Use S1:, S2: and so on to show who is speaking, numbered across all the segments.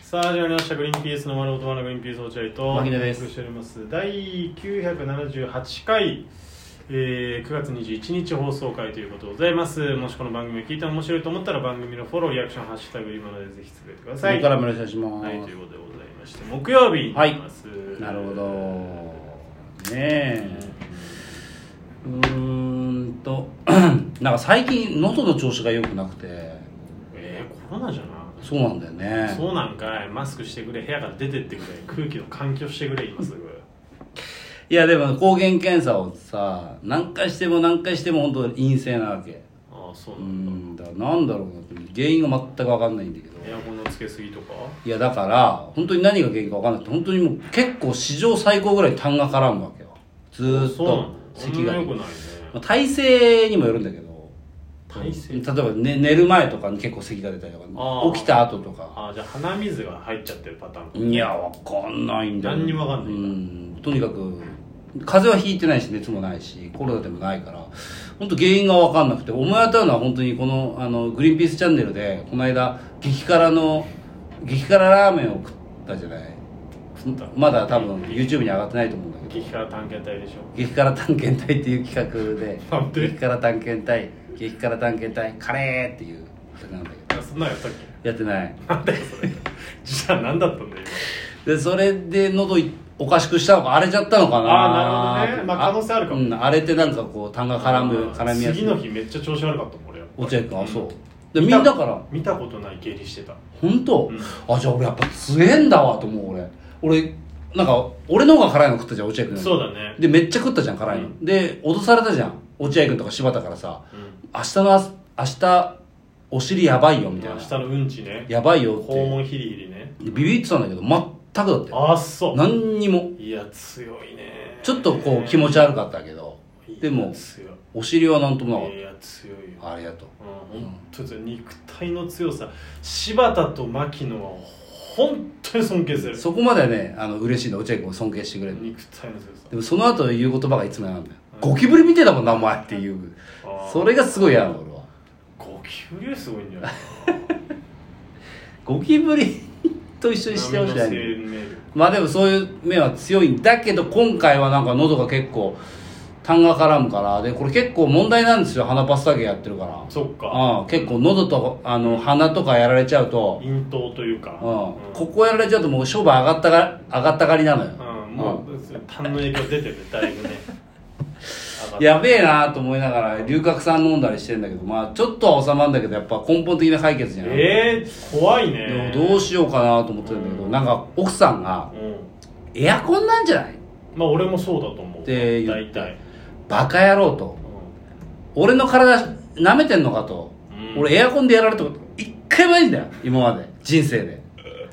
S1: さあ始まりました「グリーンピースの丸ごと丸グリーンピース落合」と
S2: 牧野です
S1: お送りしております第978回、えー、9月21日放送回ということでございますもしこの番組を聞いて面白いと思ったら番組のフォローリアクション「ハッシュタグ今のでぜひつぶやいてください」
S2: からもお願いします。
S1: はい、ということでございまして木曜日になります、
S2: なるほど。ねえ。うーんと、 なんか最近喉の調子が良くなくて、
S1: えー、コロナじゃな
S2: そうなんだよね。
S1: そうなんかいマスクしてくれ部屋から出てってくれ空気を換気をしてくれ今すぐ
S2: いやでも抗原検査をさ、何回しても何回しても本当陰性なわけ。
S1: ああそうう
S2: ー
S1: なんだ、
S2: ん、だからなんだろうなって原因が全くわかんないんだけど。
S1: エアコンのつけすぎとか
S2: いやだから、本当に何が原因かわかんなくて、本当にもう結構史上最高ぐらい痰が絡むわけよ。ずーっ
S1: そうな
S2: と
S1: の
S2: 咳が
S1: あん
S2: 出
S1: ま良く。
S2: て
S1: ないね
S2: まあ、体勢にもよるんだけど
S1: 体勢
S2: 例えば、ね、寝る前とかに結構咳が出たりとか
S1: あー
S2: 起きた後とか
S1: あじゃあ鼻水が入っちゃってるパターン
S2: いやわかんないんだよ
S1: 何にもわかんない
S2: うんとにかく風邪はひいてないし熱もないしコロナでもないから本当原因がわかんなくて思い当たるのは本当にこのあのグリーンピースチャンネルでこの間激辛の激辛ラーメンを食ったじゃない
S1: 食った
S2: まだ多分 YouTube に上がってないと思うんだけど
S1: 激辛探検隊でしょ
S2: 激辛探検隊っていう企画で
S1: なんで
S2: 激辛探検隊激辛探検隊カレーっていうあれなんだけ
S1: あそんなんやったっけ
S2: どやってない
S1: なんだよそれじゃあ何だったんだよ
S2: でそれで喉いおかしくしたのか荒れちゃったのかな
S1: あーなるほどねまあ可能性あるかも
S2: うん、荒れてなんかこう痰が
S1: 今
S2: 絡む絡みやすい
S1: 次の日めっちゃ調子悪かったもん俺
S2: 落合君あそうで
S1: で
S2: みんなから
S1: 見たことない下痢してた
S2: 本当、
S1: うん
S2: あじゃあ俺やっぱ強えんだわと思う俺俺なんか俺の方が辛いの食ったじゃん落合君
S1: そうだね
S2: でめっちゃ食ったじゃん辛いの、
S1: うん
S2: で脅されたじゃん落合君とか柴田からさ、
S1: うん
S2: 明日の朝明日お尻やばいよみたい
S1: 明
S2: な
S1: 日のうんちね
S2: やばいよっ
S1: 肛
S2: て
S1: 門ヒリヒリね
S2: でビビってたんだけど全くだって
S1: あっそう
S2: 何にも
S1: いや強いね
S2: ちょっとこう気持ち悪かったけどでも
S1: いや強い
S2: お尻はなんともなかっ
S1: いや強いよ
S2: たありがとう
S1: うん本当ですよ肉体の強さ柴田と牧野は本当に尊敬する
S2: そこまでねあの嬉しいの落合君を尊敬してくれる
S1: 肉体の強さ
S2: でもその後言う言葉がいつもなんだよ
S1: うん
S2: ゴキブリみてえだもんなお前っていう
S1: あー
S2: それがすごい嫌なの俺は
S1: ゴキブリよりすごいんじゃ ない
S2: ゴキブリと一緒にしてほしくない
S1: 生命力
S2: まあでもそういう面は強いんだけど今回はなんか喉が結構痰が絡むからでこれ結構問題なんですよ鼻パスタ芸やってるから
S1: そっか
S2: ああ結構喉とあの鼻とかやられちゃうと、
S1: 咽頭というか
S2: うん、
S1: うん
S2: ここやられちゃうともう商売上がったが上がったがりなのよ、
S1: うんもう痰の影響出てるだい ぶね上がっ
S2: やべえなと思いながら龍角散飲んだりしてんだけどまあちょっとは収まるんだけどやっぱ根本的な解決じゃない、
S1: えー怖い
S2: で
S1: ね
S2: もどうしようかなと思ってるんだけど、
S1: うん
S2: なんか奥さんが
S1: うん
S2: 「エアコンなんじゃない?」
S1: まあ俺もそうだと思う
S2: って言
S1: 大
S2: って
S1: 体
S2: 「バカ野郎」と
S1: う
S2: 「俺の体舐めてんのか」と
S1: ん
S2: 「俺エアコンでやられたこと一回もないんだよ今まで人生で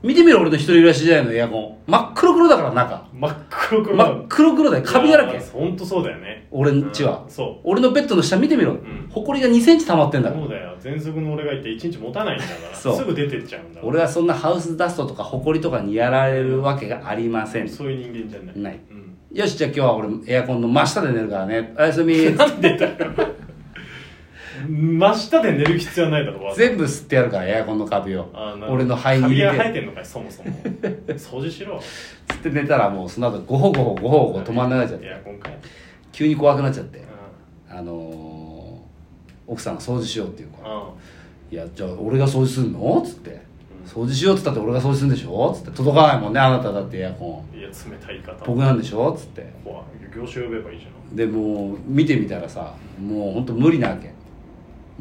S2: 見てみろ俺の一人暮らし時代のエアコン真っ黒黒だから中
S1: 真っ黒黒
S2: 真っ黒黒だよカビだらけ
S1: 本当そうだよね
S2: 俺んちは
S1: うんそう
S2: 俺のベッドの下見てみろ
S1: ん
S2: ほこりが2センチ溜まってんだから
S1: そうだよ喘息の俺がいて1日持たないんだから
S2: そう
S1: すぐ出てっちゃうんだから
S2: 俺はそんなハウスダストとかほこりとかにやられるわけがありません
S1: そういう人間じゃない
S2: ない
S1: うん
S2: よしじゃあ今日は俺エアコンの真下で寝るからねおやすみ
S1: なんでだよ真下で寝る必要はないだろわざ
S2: 全部吸ってやるからエアコンのカビを
S1: あーなるほど
S2: 俺の肺に
S1: カビ
S2: 入
S1: が
S2: れ
S1: 生え
S2: て
S1: てんのかいそもそ も掃除しろ
S2: 吸って寝たらもうその後ゴホゴホゴホゴホ止まんなくなっちゃって
S1: エアコンかい
S2: 急に怖くなっちゃって
S1: うん
S2: あのー奥さんが掃除しようっていうから
S1: あ
S2: 「いやじゃあ俺が掃除すんの?」っつって「掃除しよう」っつったって俺が掃除するんでしょっつって届かないもんねあなただってエアコン
S1: ーいや冷たい言い方
S2: 僕なんでしょっつって
S1: 怖い業種呼べばいいじゃ
S2: でもう見てみたらさもうほんと無理なわけ
S1: ん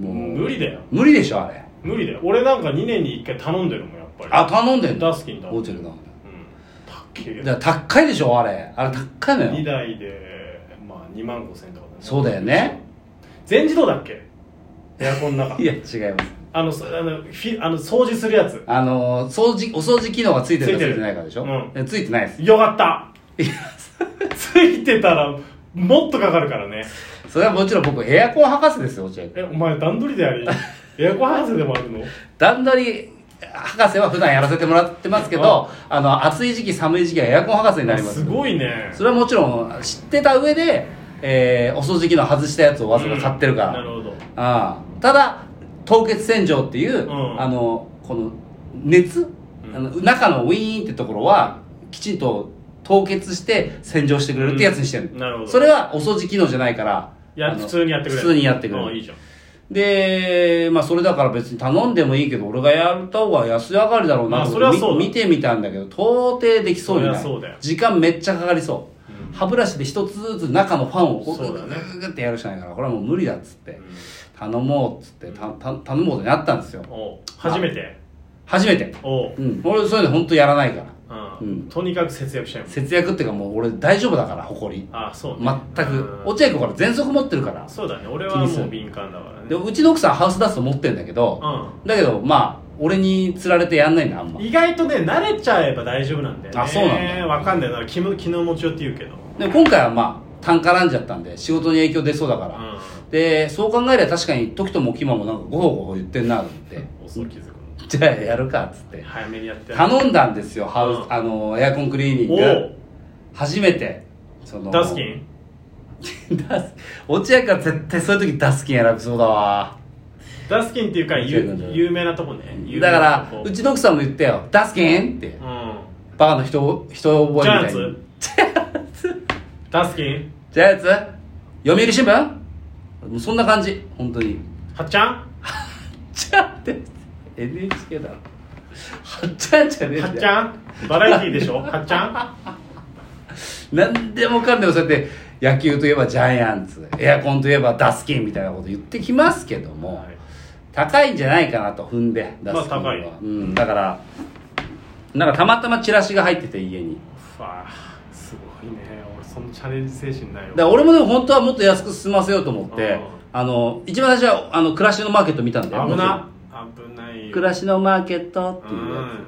S2: もう
S1: 無理だよ
S2: 無理でしょあれ
S1: 無理だよ俺なんか2年に1回頼んでるもんやっぱり
S2: あ頼んでんの
S1: ダスキンだ
S2: ホテルなん
S1: うんたっけえ
S2: だだから高いでしょあれあれ高いの
S1: 2
S2: よ
S1: 台で、まあ、2万5000とかだね
S2: そうだよね
S1: 全自動だっけエアコンの中
S2: いや違います
S1: あのそあのフィあの掃除するやつ
S2: あのー掃除お掃除機能がついてるか
S1: ついて
S2: つ
S1: る
S2: いてないかでしょ
S1: うん
S2: えついてないです
S1: よかったついてたらもっとかかるからね
S2: それはもちろん僕エアコン博士ですよ落合君
S1: えお前段取りでや りエアコン博士でもあるの
S2: 段取り博士は普段やらせてもらってますけどあの暑い時期寒い時期はエアコン博士になります
S1: すごいね
S2: それはもちろん知ってた上で、えーお掃除機能外したやつをわざわざ買ってるから、
S1: うんなるほど
S2: ああただ凍結洗浄っていう、
S1: うん
S2: あのこの熱
S1: うん
S2: あの中のウィーンってところはきちんと凍結して洗浄してくれるってやつにしてる、
S1: うんなるほど
S2: それはお掃除機能じゃないから
S1: いや
S2: あの
S1: 普通にやってくれる
S2: 普通にやってくれ
S1: ああ
S2: る
S1: いいじゃん
S2: で、まあそれだから別に頼んでもいいけど、俺がやった方が安上がりだろうな
S1: まあ
S2: と
S1: それはそうだ
S2: み見てみたんだけど、到底できそうにない。
S1: そりゃそうだよ
S2: 時間めっちゃかかりそう。
S1: うん
S2: 歯ブラシで一つずつ中のファンをこう
S1: そうだね
S2: ググググってやるしかないから、これはもう無理だっつって、頼もうっつって、たた頼もうってなったんですよ。
S1: おう初めて
S2: 初めて。
S1: おう
S2: うん。俺そういうの本当やらないから。
S1: ああ
S2: うん
S1: とにかく節約しちゃいます
S2: 節約っていうかもう俺大丈夫だから、埃。
S1: ああそうね
S2: 全く。
S1: うん
S2: 落合君から全息持ってるから。
S1: そうだね俺
S2: 気
S1: は
S2: にす
S1: もう
S2: る
S1: 敏感だからね
S2: で、うちの奥さんハウスダスト持ってんだけど、だけどまあ、俺に釣られてやんないんだ、あんま
S1: うん。意外とね慣れちゃえば大丈夫なんだよね
S2: あそうなんだ
S1: わかんないだから昨日昨日持ちよって言うけど
S2: でも今回はまあ単絡んじゃったんで仕事に影響出そうだか
S1: う
S2: ら、
S1: ん
S2: でそう考えれば確かに時ともキマもなんかゴホゴホ言ってんなと思って
S1: 遅い気づくの
S2: じゃあやるかっつって
S1: 早めにやって
S2: 頼んだんですよハウス、
S1: うん
S2: あのエアコンクリーニン
S1: お
S2: グ
S1: う
S2: 初めてその
S1: ダスキン
S2: ンダス落合から絶対そういう時ダスキン選びそうだわ
S1: ダスキンっていうかゆ
S2: そうそうそう
S1: 有名なとこね有名
S2: だか
S1: な
S2: ら
S1: とこ
S2: うちの奥さんも言ったよ「ダスキン!」って
S1: うん
S2: バカの人人覚えみ
S1: ジャイア
S2: た
S1: ン
S2: いに
S1: ツダスキン
S2: ジャイアンツ読売新聞もうそんな感じ本当に
S1: はっちゃん
S2: ちゃんって NHK だろはっちゃんじゃねえん
S1: はっ
S2: だ
S1: ち
S2: よ
S1: ゃんバラエティーでしょはっちゃん
S2: 何でもかんでもそうやって野球といえばジャイアンツエアコンといえばダスキンみたいなこと言ってきますけども、
S1: はい
S2: 高いんじゃないかなと踏んでダスキンは、
S1: まあ高い
S2: うん、だからなんかたまたまチラシが入ってて家に
S1: ふわあすごいね俺そのチャレンジ精神ないよ
S2: だから俺もでも本当はもっと安く済ませようと思って、
S1: うん
S2: あの一番最初はあの暮らしのマーケット見たんだよ
S1: 危な危ないよ
S2: 暮らしのマーケットって
S1: う
S2: いうや
S1: ん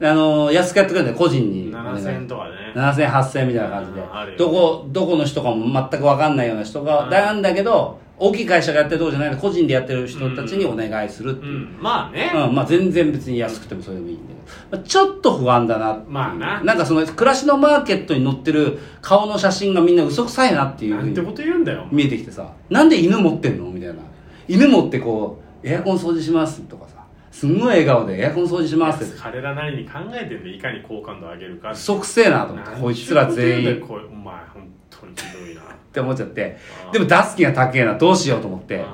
S2: つあの安くやってくれるんだよ個人に
S1: 7000とかね
S2: 7000、8000みたいな感じで
S1: うんあるよ、
S2: どこ、どこの人かも全く分かんないような人
S1: う
S2: が、
S1: ん
S2: なんだけど、大きい会社がやってるとこじゃないの、個人でやってる人たちにお願いするって
S1: う
S2: いう。
S1: んまあね
S2: うん、まあ全然別に安くてもそれでもいいんだけど、まあちょっと不安だなっていう
S1: まあな
S2: なんかその、暮らしのマーケットに載ってる顔の写真がみんな嘘くさいなっていう
S1: な
S2: ふうん
S1: て
S2: に
S1: こと言うんだよ
S2: 見えてきてさ、なんで犬持ってんのみたいな。犬持ってこう、エアコン掃除しますとかさ、すんごい笑顔でエアコン掃除しますって、
S1: 彼らなりに考えてんでいかに好感度上げるかって
S2: 嘘くせえなと思って、こいつら全員。
S1: こいお前本当にひどいな
S2: って思っちゃって
S1: あー
S2: でも出す気が高えなどうしようと思って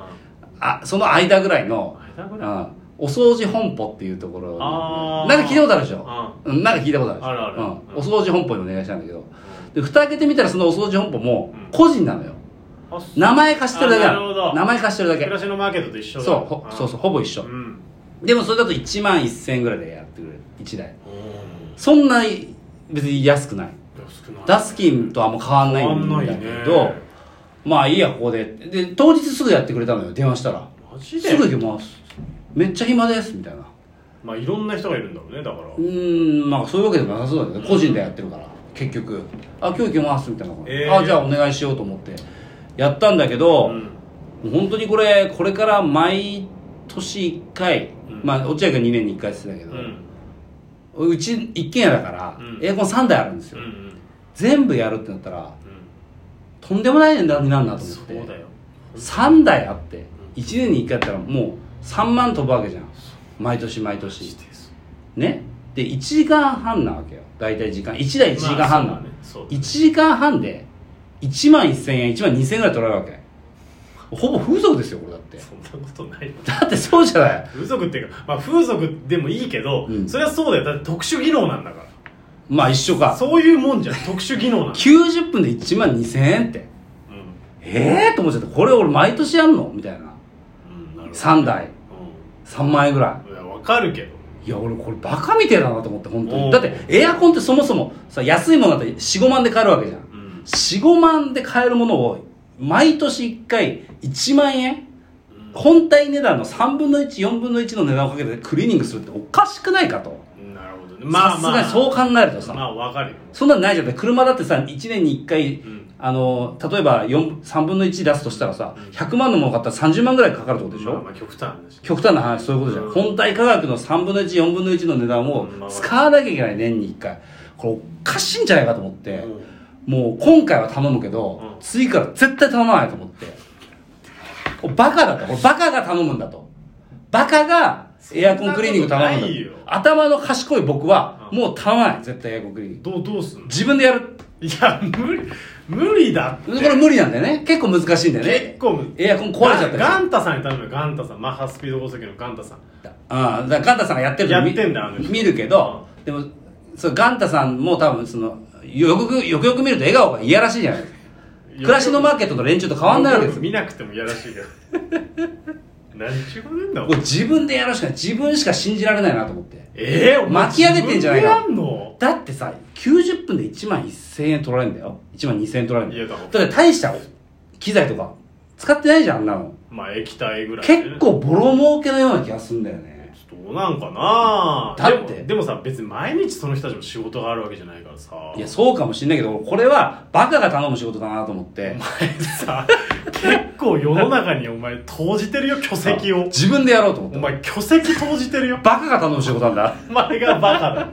S2: あその間ぐらいの、
S1: 間
S2: う
S1: ぐ
S2: ん
S1: らい、
S2: お掃除本舗っていうところ
S1: あー
S2: なんか聞いたことあるでしょうんなんか聞いたことあるでしょ
S1: あるある
S2: うん、
S1: うん
S2: お掃除本舗にお願いしたんだけどで蓋開けてみたらそのお掃除本舗も
S1: うん
S2: 個人なのよ
S1: あそう
S2: 名前貸してるだけな
S1: あなるほ
S2: の
S1: ど
S2: 名前貸してるだけ
S1: 暮らしのマーケットと一緒だ
S2: そうほそうそうほぼ一緒、
S1: うん
S2: でもそれだと1万1000円ぐらいでやってくれる1台
S1: おー
S2: そんなに別に安くない
S1: 少ない
S2: ダスキンとはあんま変わんないんだ
S1: 変わんない
S2: けど、
S1: ね
S2: まあいいやここでで当日すぐやってくれたのよ電話したら
S1: マジです
S2: ぐ行きますめっちゃ暇ですみたいな
S1: まあいろんな人がいるんだろうねだから
S2: うーんまあそういうわけでもなさそうだけど個人でやってるから結局あ今日行きますみたいな、
S1: えー
S2: あじゃあお願いしようと思ってやったんだけど、
S1: う
S2: も
S1: ん
S2: う本当にこれこれから毎年1回、
S1: うん
S2: まあ落合君2年に1回って言ってた
S1: う
S2: けど、
S1: ん
S2: うち一軒家だから、
S1: うん
S2: エアコン3台あるんです
S1: う
S2: よ、
S1: んうん
S2: 全部やるってなったら
S1: うん
S2: とんでもない値段になるなと思っ
S1: そう
S2: て
S1: だよ
S2: 3台あって1年に1回やったらもう3万飛ぶわけじゃん毎年毎年ねで1時間半なわけよ大体時間1台1時間半な
S1: ま
S2: の、
S1: あそうだねそうだ
S2: 1時間半で1万1000円1万2000円ぐらい取られるわけほぼ風俗ですよこれだって
S1: そんなことないよ
S2: だってそうじゃない
S1: 風俗っていうか、まあ、風俗でもいいけど、
S2: うん
S1: それはそうだよだって特殊技能なんだか
S2: まあ一緒
S1: ら
S2: か
S1: そういうもんじゃん特殊技能なんだ、
S2: 90分で1万2000円って
S1: う
S2: ええー、と思っちゃってこれ俺毎年やんのみたいなん
S1: うん、なるほど
S2: 3台3万円ぐらい
S1: うん、いや分かるけど
S2: いや俺これバカみてえだなと思って本当
S1: おう
S2: にだってエアコンってそもそもさ安いものだと45万で買えるわけじゃん
S1: うん、
S2: 45万で買えるものを毎年1回1万円本体値段の3分の14分の1の値段をかけてクリーニングするっておかしくないかと
S1: うん、なるほどねま
S2: さ
S1: あ
S2: す
S1: まあ
S2: がにそう考えるとさ、
S1: まあ分かるよ、
S2: そんなのないじゃん車だってさ1年に1回、
S1: うん
S2: あの例えば4 3分の1出すとしたらさ100万のもの買ったら30万ぐらいかかるってことでしょ、
S1: まあ、まあ極端だし
S2: 極端な話そういうことじゃん、
S1: うん
S2: 本体価格の3分の14分の1の値段を使わなきゃいけない年に1回これおかしいんじゃないかと思って、
S1: うん
S2: もう今回は頼むけど、
S1: うん
S2: 次から絶対頼まないと思ってこれバカだとこれバカが頼むんだとバカがエアコンクリーニング頼む
S1: そんなことなんいよ
S2: だ頭の賢い僕は
S1: うん
S2: もう頼まない絶対エアコンクリーニング
S1: どうどうすんの
S2: 自分でやる
S1: いや無理無理だって
S2: これ無理なんだよね結構難しいんだよね
S1: 結構無理
S2: エアコン壊れちゃったりする
S1: ガンタさんに頼むよガンタさんマッハスピード高速のガンタさん
S2: ああだからガンタさんがやってるの見
S1: やってんだあの人
S2: 見るけど、でもそうガンタさんも多分そのよくよくよく見ると笑顔がいやらしいじゃないですか暮らしのマーケットの連中と変わんないわけですよ
S1: 見なくてもいやらしいけど 何ちゅうこと言うんだお
S2: もう
S1: 前
S2: 自分でやるしかない自分しか信じられないなと思って
S1: えー、お前
S2: 巻き上げてんじゃないか
S1: 自分でやんの
S2: だってさ90分で1万1000円取られるんだよ1万2000円取られ
S1: い
S2: る
S1: や
S2: んだ
S1: だ
S2: よ
S1: から
S2: だから大した機材とか使ってないじゃんあんなの
S1: まあ液体ぐらいね、
S2: 結構ボロ儲けのような気がするんだよね
S1: ちょっとどうなんかな
S2: だって
S1: でもでもさ別に毎日その人たちも仕事があるわけじゃないからさ
S2: いやそうかもしんないけどこれはバカが頼む仕事だなと思って
S1: お前さ結構世の中にお前投じてるよ巨石を
S2: 自分でやろうと思っ
S1: お
S2: て
S1: 前巨石投じてるよ
S2: バカが頼む仕事なんだ
S1: お前がバカだ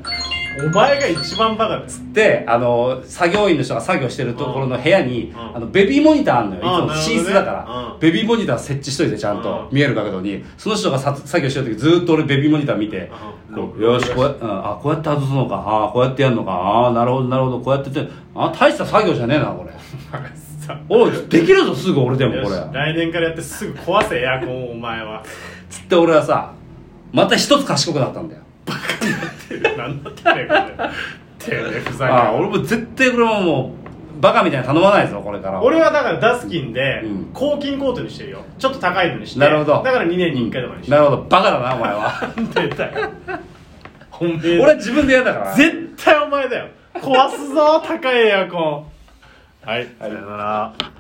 S1: お前が一番バカです
S2: であの作業員の人が作業してるところの部屋に、
S1: うん
S2: あのベビーモニターあんのよいつ
S1: あ
S2: も
S1: なるほどね
S2: 寝室だから、
S1: うん
S2: ベビーモニター設置しといてちゃんと、
S1: うん
S2: 見える角度にその人がさ作業してる時ずーっと俺ベビーモニター見て、
S1: うん
S2: こ
S1: う
S2: うんよしこうや,、うん、あこうやって外すのかあこうやってやるのかあなるほどなるほどこうやっててあ大した作業じゃねえなこれ
S1: お前さ
S2: おいできるぞすぐ俺でも
S1: よ
S2: こ
S1: し
S2: れ
S1: 来年からやってすぐ壊せエアコンをお前は
S2: つって俺はさまた一つ賢くなったんだよ
S1: 何だってんだよこれてめえふざけん
S2: あ
S1: な
S2: 俺も絶対これももうバカみたいに頼まないぞこれから
S1: 俺はだからダスキンで
S2: うん
S1: 抗菌コートにしてるよちょっと高いのにして
S2: なるほど
S1: だから2年に1回とかにして
S2: なるほどバカだなお前は
S1: なんでだよおめえ
S2: 俺は自分でやだから
S1: 絶対お前だよ壊すぞ高いエアコンはいさよなら